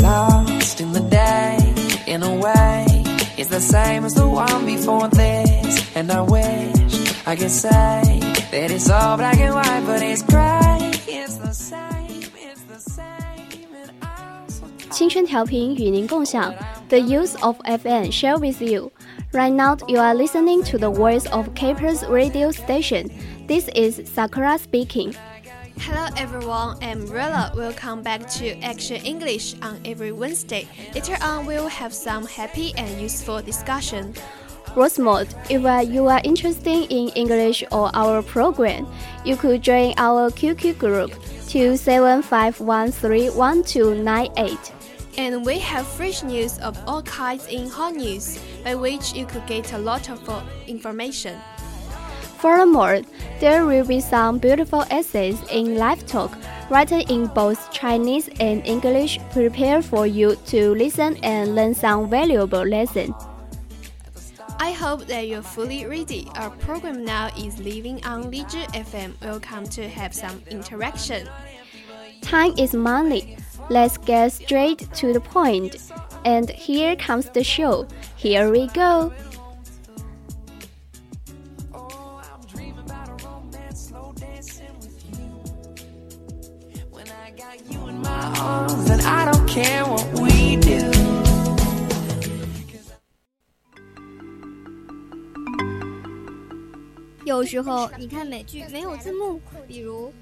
Lost in the day, in a way, it's the same as the one before this. And I wish I could say that it's all black and white, but it's gray. It's the same, it's the same, and I'm so 青春调频与您共享，The Youth of FM share with you. Right now, you are listening to the voice of Capers Radio Station. This is Sakura speaking. Hello everyone, I'm Rella. Welcome back to Action English on every Wednesday. Later on, we'll have some happy and useful discussion. Rosemont, if uh, you are interested in English or our program, you could join our QQ group 2751319298. And we have fresh news of all kinds in hot news, by which you could get a lot of uh, information. Furthermore, there will be some beautiful essays in live talk written in both Chinese and English prepared for you to listen and learn some valuable lesson. I hope that you're fully ready. Our program now is leaving on Liju FM. Welcome to have some interaction. Time is money. Let's get straight to the point. And here comes the show. Here we go. Oh, I'm dreaming about a romance, slow dancing with you. When I got you in my arms, then I don't care what we do. 有时候你看美剧没有字幕，比如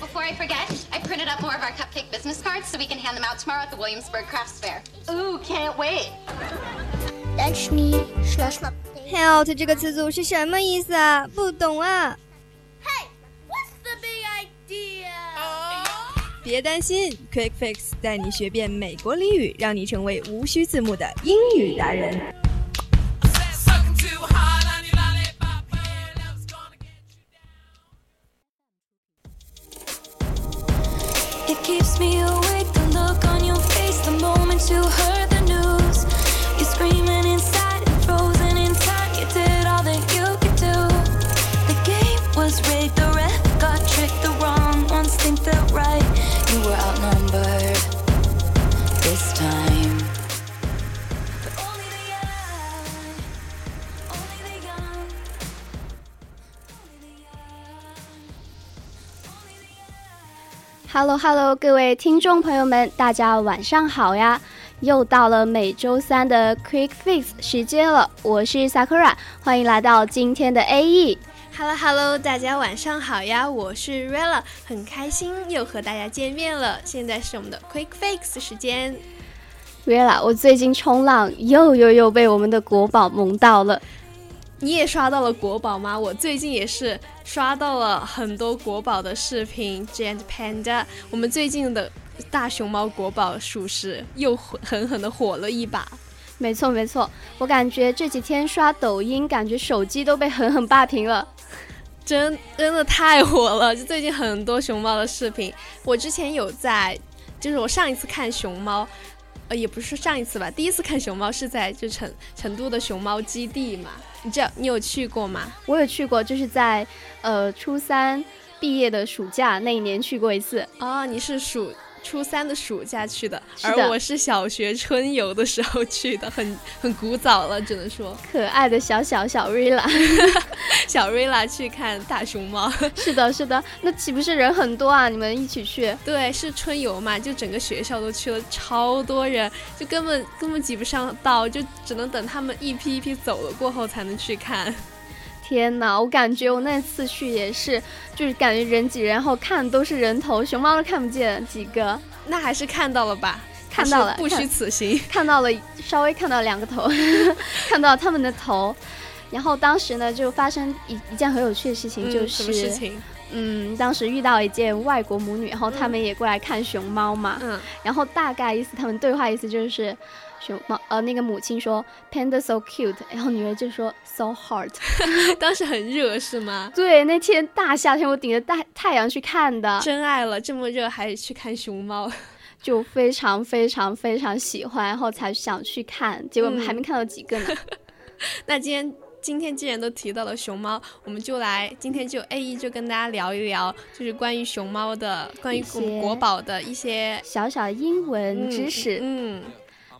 Before I forget, I printed up more of our cupcake business cards so we can hand them out tomorrow at the Williamsburg Crafts Fair. Ooh, can't wait. “help” 这个词组是什么意思啊？不懂啊！别担心，Quick Fix 带你学遍美国俚语，让你成为无需字幕的英语达人。 Said sucking too hard on your lollipop, and I was gonna get you down. It keeps me awake, the look on your face the moment you heard the news. You're screaming inside and frozen in time. You did all that you could do. The game was rigged, the ref got tricked, the wrong ones think they're right. You were outnumbered this time. But only the young, only the young, only the young. Hello Hello，各位听众朋友们，大家晚上好呀！又到了每周三的 Quick Fix 时间了，我是 Sakura，欢迎来到今天的 A E。 Hello Hello，大家晚上好呀，我是 Rella，很开心又和大家见面了。现在是我们的 Quick Fix 时间。 Rella，我最近冲浪又又又被我们的国宝萌到了。你也刷到了国宝吗？我最近也是刷到了很多国宝的视频，Giant Panda，我们最近的大熊猫国宝属实又火狠狠的火了一把。没错没错，我感觉这几天刷抖音，感觉手机都被狠狠霸屏了。真真的太火了！就最近很多熊猫的视频，我之前有在，就是我上一次看熊猫，呃，也不是上一次吧，第一次看熊猫是在就成成都的熊猫基地嘛，你知道你有去过吗？ 我有去过，就是在呃初三毕业的暑假那一年去过一次。哦，你是暑初三的暑假去的，是而的我是小学春游的时候去的，很很古早了，只能说可爱的小小小 Rilla，小瑞拉去看大熊猫， 是的，是的，那岂不是人很多啊？你们一起去，对，是春游嘛，就整个学校都去了，超多人，就根本根本挤不上道，就只能等他们一批一批走了过后才能去看。 天哪！我感觉我那次去也是，就是感觉人挤人，然后看都是人头，熊猫都看不见几个，那还是看到了吧？看到了还是不 虚看此行。 看到了稍微看到两个头，看到他们的头。然后当时呢，就发生一一件很有趣的事情，嗯就什么事是情？ 嗯当时遇到一件外国母女，然后他们也过来看熊猫嘛，嗯然后大概意思他们对话意思就是。熊猫呃，那个母亲说 panda so cute，然后女儿就说 so hot。 当时很热是吗？对，那天大夏天我顶着大太阳去看的，真爱了，这么热还去看熊猫， 就非常非常非常喜欢，然后才想去看，结果我们还嗯没看到几个呢。 那今天。今天既然都提到了熊猫，我们就来今天就 A 一就跟大家聊一聊，就是关于熊猫的、关于我一们些国宝的一些小小英文知识，嗯，嗯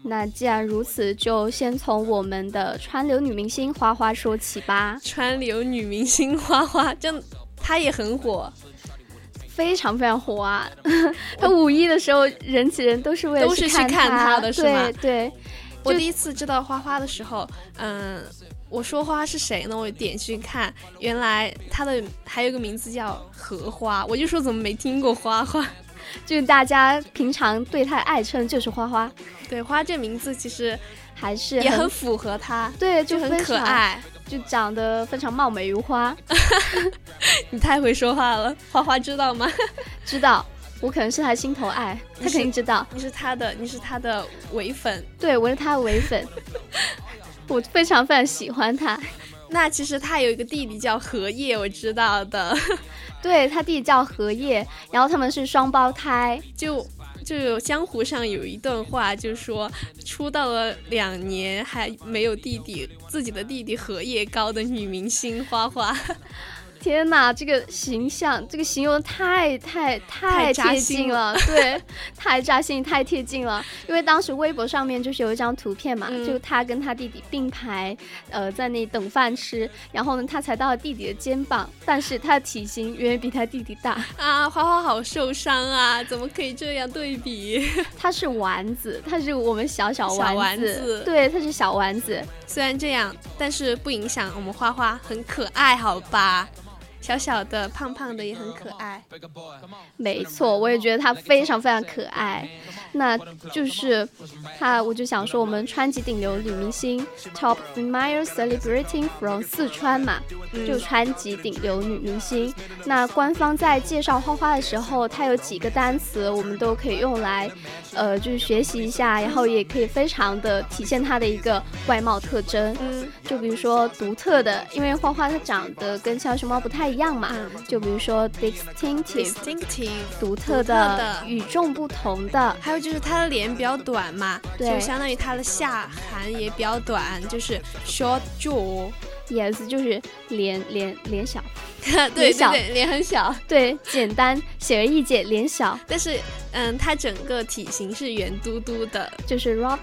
那既然如此，就先从我们的川流女明星花花说起吧，川流女明星花花，真她也很火，非常非常火啊！ 她五一的时候，人挤人都是为了都是去看看她的是吗对对，我第一次知道花花的时候，嗯，我说花花是谁呢？我点去看，原来她的还有一个名字叫荷花，我就说怎么没听过花花。 就是大家平常对她的爱称就是花花，对，花这名字其实还是也很符合她，对，就很非可常，爱。就长得非常貌美如花。你太会说话了，花花知道吗？ 知道，我可能是她心头爱，她你肯是定知道。你是她的，你是她的伪粉。对，我是她的唯粉， 我非常非常喜欢她。那其实她有一个弟弟叫荷叶，我知道的。对她弟弟叫荷叶，然后他们是双胞胎，就就有江湖上有一段话，就说出道了两年还没有弟弟，自己的弟弟荷叶高的女明星花花， 天哪，这个形象，这个形容得太太太太扎贴心近了，对，太扎心，太贴近了。因为当时微博上面就是有一张图片嘛，嗯就他跟他弟弟并排，呃，在那等饭吃，然后呢，他踩到了弟弟的肩膀，但是他的体型远远比他弟弟大，啊，花花好受伤啊，怎么可以这样对比？ 他是丸子，他是我们小小小丸丸子对，他是小丸子。虽然这样，但是不影响我们花花很可爱，好吧？小小的、胖胖的也很可爱。没错，我也觉得他非常非常可爱。那就是他，我就想说，我们川籍顶流女明星 Top Female Celebrating from 四川嘛，嗯就川籍顶流女明星。那官方在介绍花花的时候，它有几个单词我们都可以用来，呃，就是学习一下，然后也可以非常的体现她的一个外貌特征。嗯，就比如说独特的，因为花花它长得跟其他熊猫不太一样嘛，嗯就比如说 distinctive。 distinctive。独特特的的、与众不同的，还有就是她的脸比较短嘛，对就相当于她的下颌也比较短，就是 short jaw。 yes 就是脸脸脸小， 对对脸小对，脸很小。对，简单显而易见，脸小但是，嗯，它整个体型是圆嘟嘟的就是 round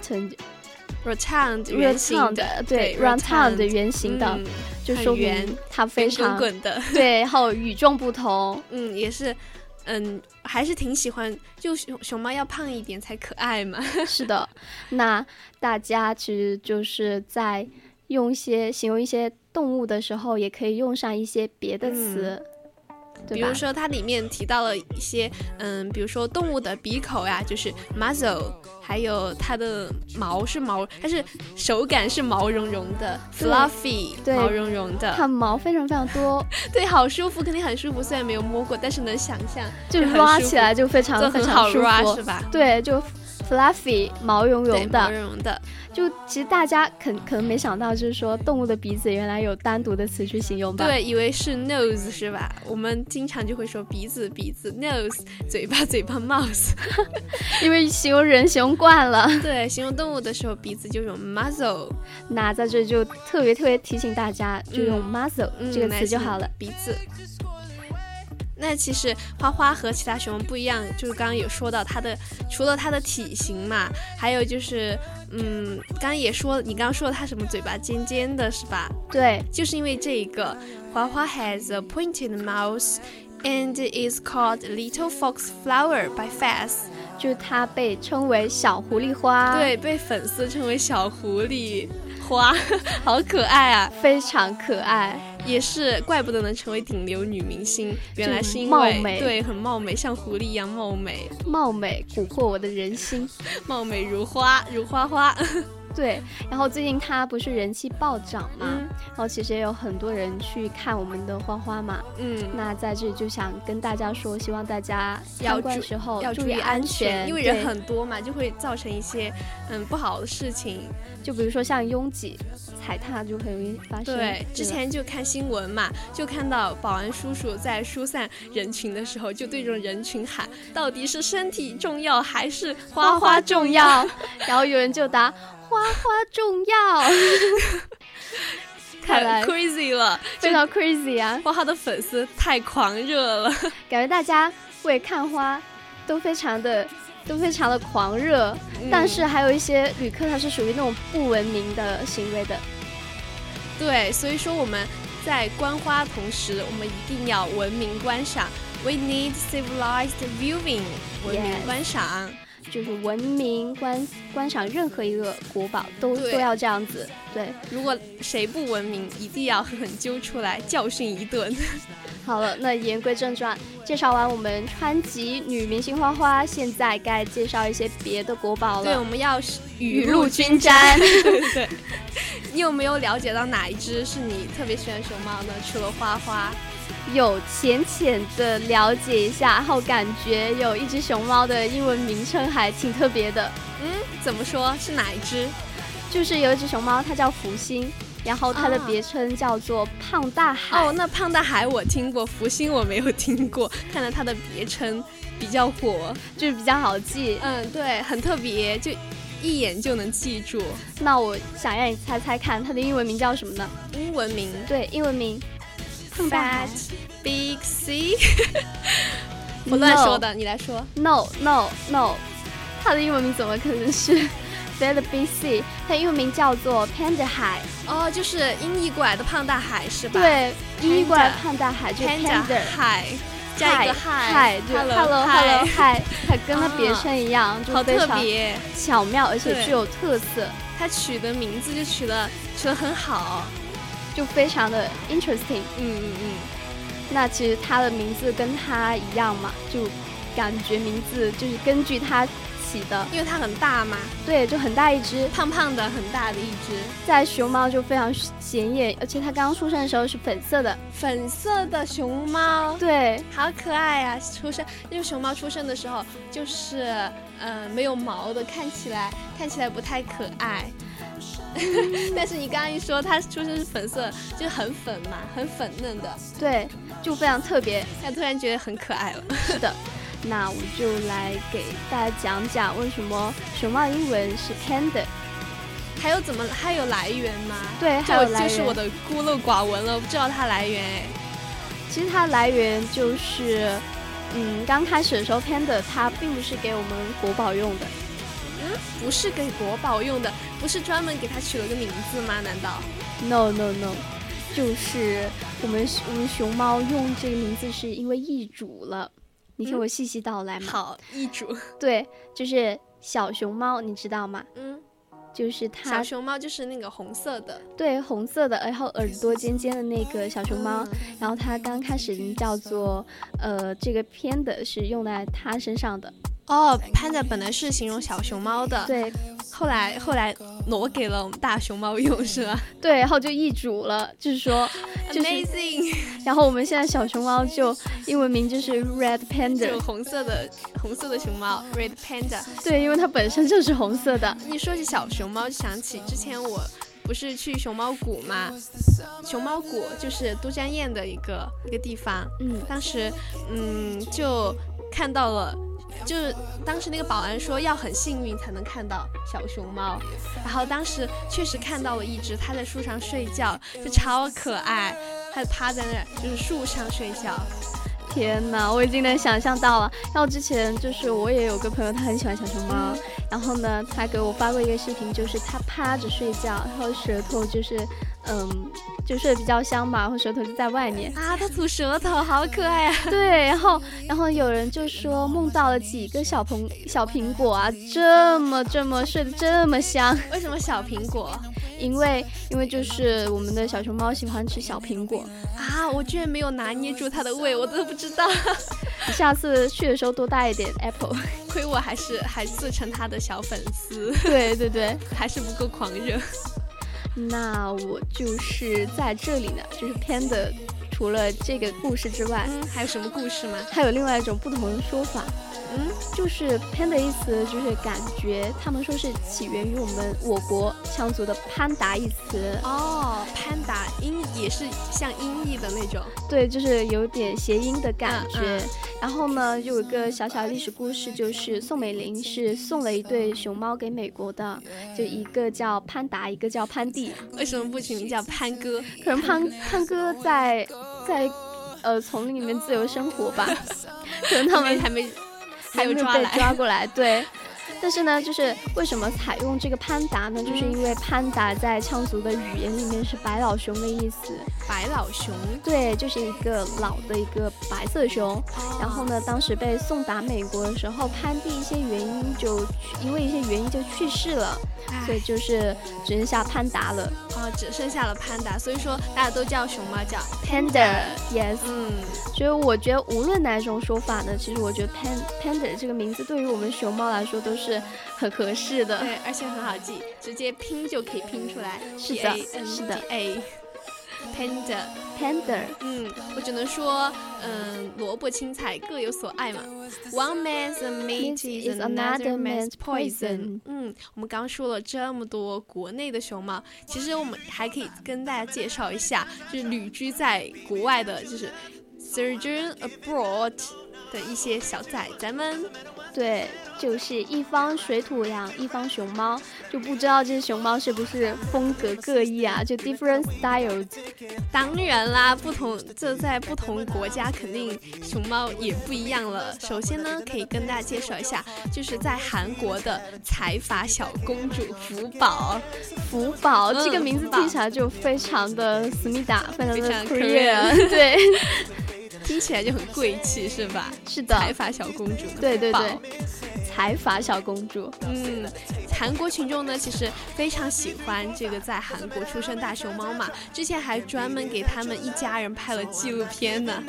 ，rotund 圆形 round 的，对 rotund round 的圆形的嗯，就很说圆明它非常圆滚滚的， 对，然后与众不同，嗯，也是，嗯，还是挺喜欢，就熊熊猫要胖一点才可爱嘛，是的。 那大家其实就是在用一些形容一些动物的时候，也可以用上一些别的词，对嗯比吧如？说它里面提到了一些，嗯，比如说动物的鼻口呀、就是 muzzle，还有它的毛是毛，它是手感是毛茸茸的对，fluffy，对毛茸茸的，它毛非常非常 多，对，好舒服，肯定很舒服。虽然没有摸过，但是能想象，就很 r 舒起来服就非就常非很常好舒 r 服是，吧？对，就 fluffy 毛茸对，茸毛的，茸茸的，就其实大家可可能没想到，就是说动物的鼻子原来有单独的词去形容吧？，对，以为是 nose 是吧？我们经常就会说鼻子鼻子 nose，嘴 巴嘴巴 mouth。因为形容人形容惯了。 对，形容动物的时候，鼻子就用 muzzle，那在这就特别特别提醒大家，就用 muzzle、嗯，这个来词就形容好了。鼻子。那其实花花和其他熊不一样，就是刚刚有说到它的，除了它的体型嘛，还有就是，嗯，刚刚也说你刚刚说它什么嘴巴尖尖的是吧？对，就是因为这一个，花花 has a pointed mouth and is called little fox flower by fans，、就是它被称为小狐狸花，，对，被粉丝称为小狐狸花， 好可爱啊！非常可爱。也是，怪不得能成为顶流女明星，原来是因貌为美对很貌美，像狐狸一样貌美，貌美蛊惑我的人心，貌美如花，如花花。 对，然后最近它不是人气暴涨嘛，嗯然后其实也有很多人去看我们的花花嘛。嗯，那在这里就想跟大家说，希望大家要参观注时候要注注意安全，因为对人很多嘛，就会造成一些嗯不好的事情。就比如说像拥挤、踩踏就很容易发生。对，之吧前就看新闻嘛，就看到保安叔叔在疏散人群的时候，就对这种人群喊：“到底是身体重要还是花花重要？”要，然后有人就 答花花重要， 看太来 crazy 了，非常 crazy 啊！花花的粉丝太狂热了。 感觉大家为看花都非常的都非常的狂热，嗯但是还有一些旅客他是属于那种不文明的行为的。对，所以说我们在观花同时，我们一定要文明观赏。We need civilized viewing，文明 Yes 观赏。就是文明观观赏任何一个国宝都对都要这样子，对，如果谁不文明，一定要狠狠揪出来教训一顿。好了，那言归正传，介绍完我们川籍女明星花花，现在该介绍一些别的国宝对，了我。们要是雨雨露露均均沾 沾。对对对。你有没有了解到哪一只是你特别喜欢熊猫呢？除了花花，有浅浅的了解一下，然后感觉有一只熊猫的英文名称还挺特别的，嗯，怎么说是哪一只？就是有一只熊猫，它叫福星，然后它的啊别称叫做胖大海。哦，那胖大海我听过，福星我没有听过，看了它的别称比较火。就是比较好记。嗯，对，很特别，就一眼就能记住。那我想让你猜猜看，它的英文名叫什么呢？英文名对，英文名胖大海 Fat。Big C，我乱说的，你来说。 No No No，它的英文名怎么可能是 f a t B C？它英文名叫做 Panda 海，哦，就是音译过来的胖大海是吧？对，一过来 Panda 胖大海就是 Panda Panda 海，加一个嗨，对 hello hello hi 啊 hi，它跟它别称一样，就好非特常别。巧妙，而且对具有特色，他取的名字就取的取的很好，就非常的 interesting。嗯嗯嗯，那其实它的名字跟它一样嘛，就感觉名字就是根据它起的，因为它很大嘛，对，就很大一只，胖胖的很大的一只，在熊猫就非常显眼，而且它刚出生的时候是粉色的，粉色的熊猫，对，好可爱啊！出生因为熊猫出生的时候就是呃没有毛的，看起来看起来不太可爱。 但是你刚刚一说它出生是粉色，就很粉嘛，很粉嫩的，对，就非常特别。但突然觉得很可爱了。 是的，那我就来给大家讲讲为什么熊猫英文是 panda。还有怎么还有来源吗？对这还有我来源就是我的孤陋寡闻了，我不知道它来源哎。其实它来源就是，嗯，刚开始的时候，panda 它并不是给我们国宝用的，不是给国宝用的，不是专门给它取了个名字吗？难道？ no no no，就是我们我们熊猫用这个名字是因为易主了。你嗯听我细细道来嘛。，好，易主，对，就是小熊猫，你知道吗？ 嗯，就是小它熊猫就是那个红色的，对红色的，然后耳朵尖尖的那个小熊嗯猫，然后它刚开始叫做呃这个 panda 是用在它身上的，哦，panda 本来是形容小熊猫的，，对后来后来挪给了我们大熊猫用，是 吧对，然后就易主了，就是说，就是？Amazing，然后我们现在小熊猫就英文名就是 red 就 panda，红色的红色的熊猫，red panda。对，因为它本身就是红色的，你说起小熊猫，就想起之前我不是去熊猫谷嘛？熊猫谷就是都江堰的一个一个地方，嗯当时嗯就看到了。就是当时那个保安说要很幸运才能看到小熊猫，然后当时确实看到了一只，它在树上睡觉，就超可爱，它趴在那儿就是树上睡觉，。天哪，我已经能想象到了。然后之前就是我也有个朋友，他很喜欢小熊猫，然后呢，他给我发过一个视频，就是他趴着睡觉，然后舌头就是，嗯，就睡得比较香嘛，然后舌头就在外面 啊，它吐舌头，好可爱啊！对，然后然后有人就说梦到了几个小苹小苹果啊，这么这么睡得这么香，为什么小苹果？因为因为就是我们的小熊猫喜欢吃小苹果，啊！我居然没有拿捏住它的胃，我都不知道。 下次去的时候多带一点 apple。亏我还是还自称他的小粉丝， 对对对，还是不够狂热。 那我就是在这里呢，就是偏的，除了这个故事之外，嗯，还有什么故事吗？还有另外一种不同的说法，嗯，就是偏的意思就是感觉他们说是起源于我们我国羌族的潘达一词，哦，潘达音也是像音译的那种。对，就是有点谐音的感觉。嗯嗯然后呢，有一个小小的历史故事，就是宋美龄是送了一对熊猫给美国的，就一个叫潘达，一个叫潘蒂。为什么不取名叫潘 哥？可能潘潘哥在在呃丛林里面自由生活 吧，可能他们还没还还没有有抓被来。抓过 来，对。但是呢，就是为什么采用这个潘达呢？就是因嗯为潘达在羌族的语言里面是白老熊的意思，白老熊，对，就是一个老的一个白色熊。哦然后呢，当时被送达美国的时候，潘蒂一些原因就去因为一些原因就去世了，唉所以就是只剩下潘达了。哦，只剩下了潘达，所以说大家都叫熊猫叫 yes，嗯，所以我觉得无论哪种说法呢，其实我觉得 pan panda 这个名字对于我们熊猫来说都是很合适的。对，而且很好记，直接拼就可以拼出来。是的 P A N 是的 D A panda， panda，嗯，我只能说，嗯，萝卜青菜各有所爱嘛。One man's meat Meat is is another another man's man's poison poison。嗯，我们刚说了这么多国内的熊猫，其实我们还可以跟大家介绍一下，就是旅居在国外的，就是 surgeon abroad 的一些小崽崽们。对，就是一方水土养一方熊猫，就不知道这熊猫是不是风格各异啊？就 different styles。当然啦，不同这在不同国家肯定熊猫也不一样了。首先呢，可以跟大家介绍一下，就是在韩国的财阀小公主福宝，福宝、嗯这个名字福宝听起来就非常的思密达，非常非的常 Korean Korean。对， 听起来就很贵气是吧？是财的，阀小公主，对对福宝对，财阀小公主。嗯，韩国群众呢其实非常喜欢这个在韩国出生大熊猫嘛，之前还专门给他们一家人拍了纪录片呢。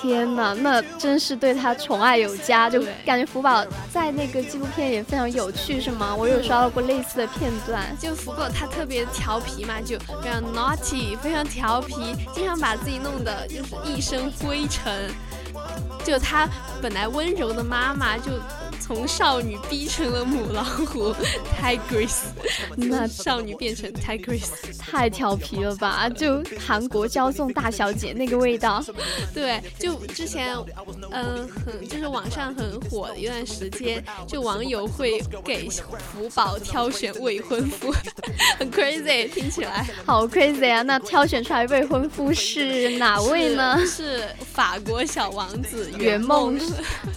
天呐，那真是对他宠爱有加，就对感觉福宝在那个纪录片也非常有趣，是吗？我有刷到过类似的片段。就福狗它特别调皮嘛，就非常 naughty，非常调皮，经常把自己弄得就是一身灰尘。就它本来温柔的妈妈，就从少女逼成了母老虎 tigress，那少女变成 tigress。太调皮了吧！就韩国骄纵大小姐那个味道，对，就之前，嗯、很就是网上很火的一段时间，就网友会给福宝挑选未婚夫，很 crazy，听起来。好 crazy 啊！那挑选出来未婚夫是哪位呢？ 是？是法国小王子圆圆梦梦。，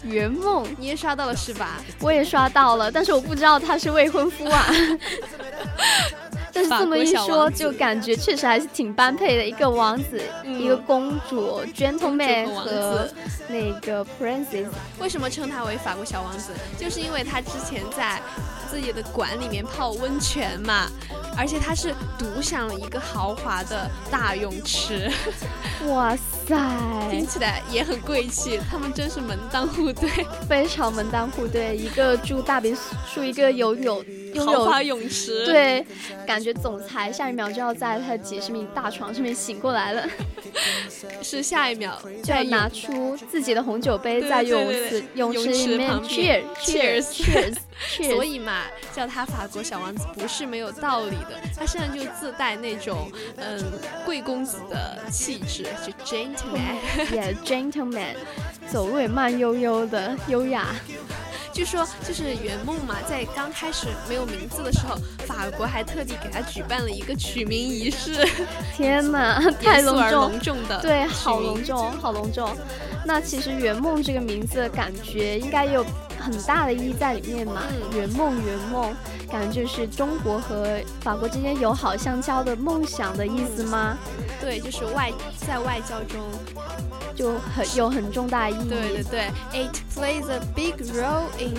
圆梦，你也刷到了是吧？我也刷到了，但是我不知道他是未婚夫啊。 但是这么一法国小说，王子就感觉确实还是挺般配的，一个王子，嗯一个公主，gentleman 公主和王和子那个 princess。为什么称他为法国小王子？就是因为他之前在自己的馆里面泡温泉嘛，而且他是独享了一个豪华的大泳池，哇塞听，起来也很贵气。他们真是门当户对，非常门当户对，一个住大别墅，一个有有拥豪有华泳池。，对，感觉总裁下一秒就要在他的几十米大床上面醒过来 了，是下一秒就在要泳拿出自己的红酒杯，对在对泳对池对泳泳池池里面旁边 cheers cheers cheers cheers，所以嘛，叫他法国小王子不是没有道理的。他身上就自带那种嗯贵公子的气质，就 gentleman。 也 gentleman，走路也慢悠悠的，优雅。据说就是圆梦嘛，在刚开始没有名字的时候，法国还特地给他举办了一个取名仪式，天哪，太严肃 隆而重隆，重的。对，好隆重，好隆重。那其实“圆梦”这个名字的感觉应该也有很大的意义在里面嘛。嗯圆梦，圆梦，感觉就是中国和法国之间友好相交的梦想的意思吗？对，就是外在外交中，就很有很重大意义。对对对，it plays a big role in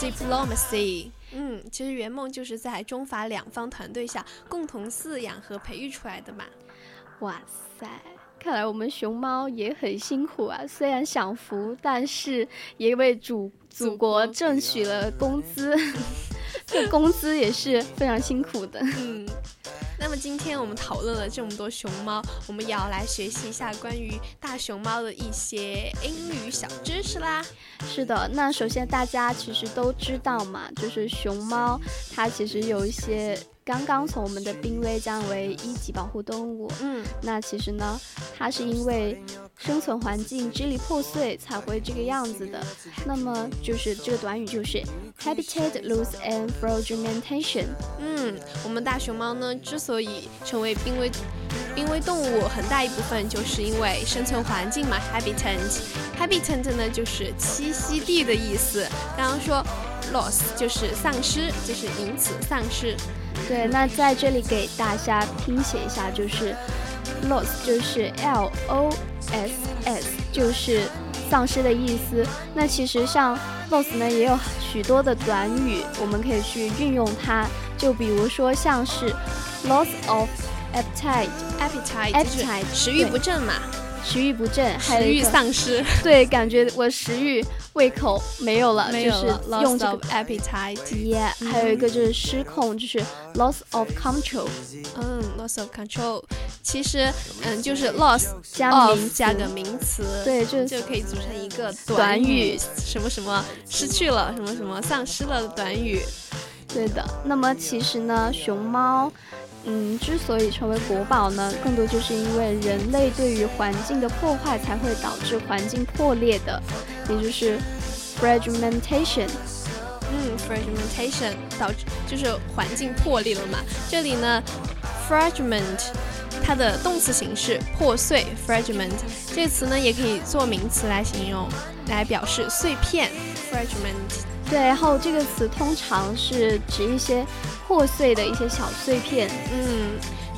diplomacy。嗯，其实圆梦就是在中法两方团队下共同饲养和培育出来的嘛。哇塞，看来我们熊猫也很辛苦啊，虽然享福，但是也为祖祖国争取了工资， 这工资也是非常辛苦的。嗯，那么今天我们讨论了这么多熊猫，我们也要来学习一下关于大熊猫的一些英语小知识啦。是的，那首先大家其实都知道嘛，就是熊猫它其实有一些刚刚从我们的濒危降为一级保护动物。嗯，那其实呢，它是因为生存环境支离破碎才会这个样子的。那么就是这个短语就是 habitat loss and fragmentation。嗯，我们大熊猫呢，之所以成为濒危濒危动物，很大一部分就是因为生存环境嘛，habitat。habitat 呢就是栖息地的意思。刚刚说 loss 就是丧失，就是因此丧失。对，那在这里给大家拼写一下，就是 loss 就是 L O S S，就是丧失的意思。那其实像 loss 呢，也有许多的短语，我们可以去运用它。就比如说像是 loss of appetite， appetite 就是 Appetite，食欲对不振嘛，食欲不振，还食有一欲个丧失，对，感觉我食欲、胃口没有了，就是用这个 loss of。appetite， Yeah，还有一个就是失控，就是 loss of control，嗯，loss of control，其实嗯就是 loss 加 of 名词加个名词，对，就是就可以组成一个短语，语什么什么失去了，什么什么丧失了的短语。对的，那么其实呢，熊猫，嗯，之所以成为国宝呢，更多就是因为人类对于环境的破坏才会导致环境破裂的，也就是 fragmentation。嗯，fragmentation 导致就是环境破裂了嘛。这里呢，fragment 它的动词形式破碎，fragment 这个词呢也可以做名词来形容，来表示碎片，fragment。对，然后这个词通常是指一些破碎的一些小碎片。嗯，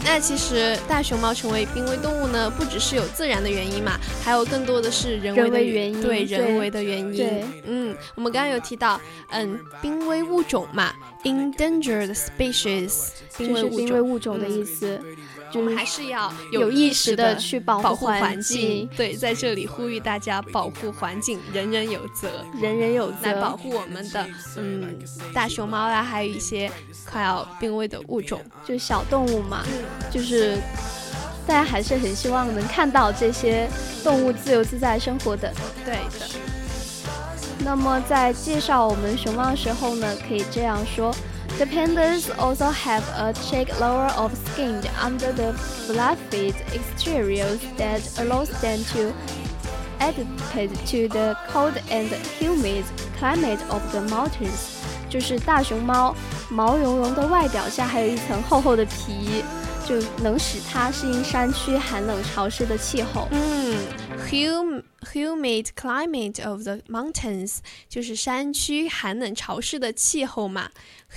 那其实大熊猫成为濒危动物呢，不只是有自然的原因嘛，还有更多的是人为人的为原因对对人为的原因。对嗯，我们刚刚有提到，嗯，濒危物种嘛，endangered species，濒就危是濒物危种。嗯物种的意思，我就们是还是要有意意识识的的去保保护环环境，对，在这里呼吁大家保护环境，人人有责，人人有责。来保护我们的嗯大熊猫啦，还有一些快要濒危的物种。就是小动物嘛，就是大家还是很希望能看到这些动物自由自在生活的。对的。那么在介绍我们熊猫的时候呢，可以这样说。The pandas also have a thick layer of skin under the fluffy exterior that allows them to adapted to the cold and humid climate of the mountains，就是大熊猫毛茸茸的外表下还有一层厚厚的皮，就能使它适应山区寒冷潮湿的气候。嗯，hum humid climate of the mountains 就是山区寒冷潮湿的气候嘛。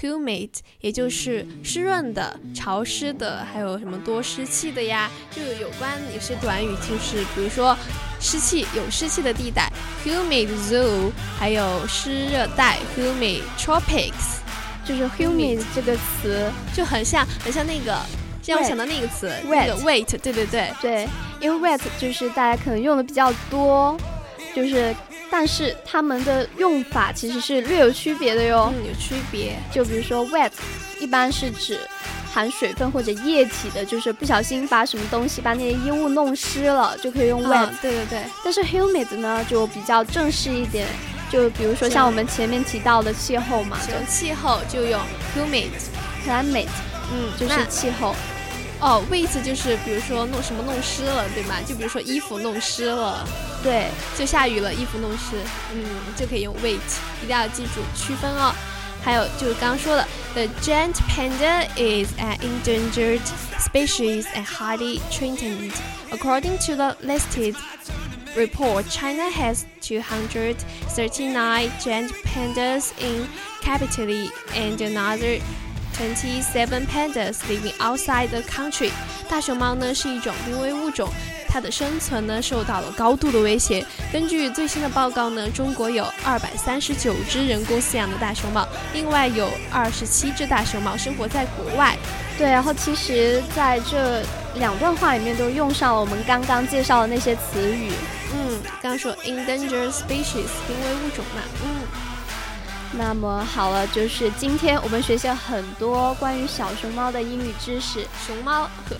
humid 也就是湿润的、潮湿的，还有什么多湿气的呀？就有关有些短语就是，比如说湿气有湿气的地带，humid zone，还有湿热带 humid tropics，就是 humid 这个词，就很像很像那个。让我 Wet 想到那个词那个 wait，对对对，对，因为 wet 就是大家可能用的比较多，就是但是它们的用法其实是略有区别的哟。嗯，有区别。就比如说 wet，一般是指含水分或者液体的，就是不小心把什么东西把那些衣物弄湿了，就可以用 wet、嗯，对对对，但是 humid 呢，就比较正式一点，就比如说像我们前面提到的气候嘛，就形容气候就用 humid， climate 嗯，就那是气候。哦，wet 就是比如说弄什么弄湿了，对吗？就比如说衣服弄湿了，对，就下雨了，衣服弄湿，嗯，就可以用 wet，一定要记住区分哦。还有就是刚刚说的，the giant panda is an endangered species and highly threatened. According to the listed report, China has 239 giant pandas in captivity and another 27 pandas living outside the country. 大熊猫呢是一种濒危物种，它的生存呢受到了高度的威胁。根据最新的报告呢，中国有二百三十九只人工饲养的大熊猫，另外有二十七只大熊猫生活在国外。对，然后其实在这两段话里面都用上了我们刚刚介绍的那些词语。嗯，刚刚说 endangered species 濒危物种嘛，嗯，那么好了，就是今天我们学习了很多关于小熊猫的英语知识。熊猫和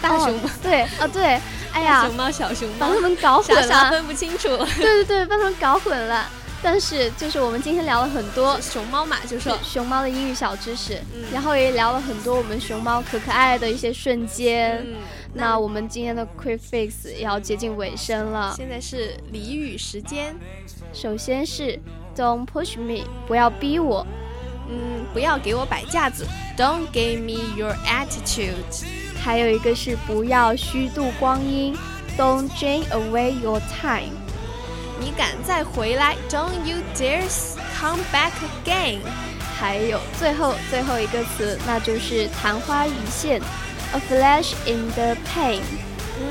大哦熊猫、对，哦 对，哎大呀熊，猫、小熊猫把，他们搞混傻了。傻分不清楚了。对对对，把他们搞混了。但是就是我们今天聊了很多 熊猫嘛，就说熊猫的英语小知识，嗯然后也聊了很多我们熊猫可可爱的一些瞬间。嗯，那我们今天的 Quick Fix 也要接近尾声了。嗯现在是俚语时间，首先是 Don't push me，不要逼我。嗯，不要给我摆架子，Don't give me your attitude。还有一个是不要虚度光阴，Don't drain away your time。你敢再回来，Don't you dare come back again。还有最后最后一个词，那就是昙花一现，A flash in the pan。 嗯，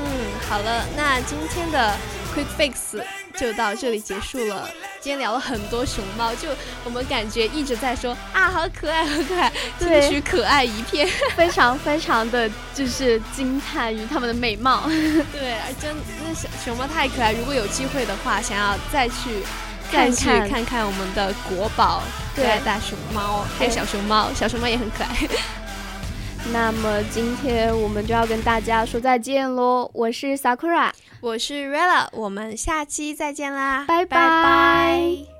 好了，那今天的 Quick Fix 就到这里结束了。今天聊了很多熊猫，就我们感觉一直在说啊，好可爱，好可爱，对听取可爱一片。非常非常的就是惊叹于它们的美貌。 对，而真那小熊猫太可爱，如果有机会的话，想要再去。再去看看看看我们的国宝，对可爱大熊猫，还有对小熊猫，小熊猫也很可爱。 那么今天我们就要跟大家说再见喽，我是 Sakura，我是 Rella，我们下期再见啦，拜拜拜拜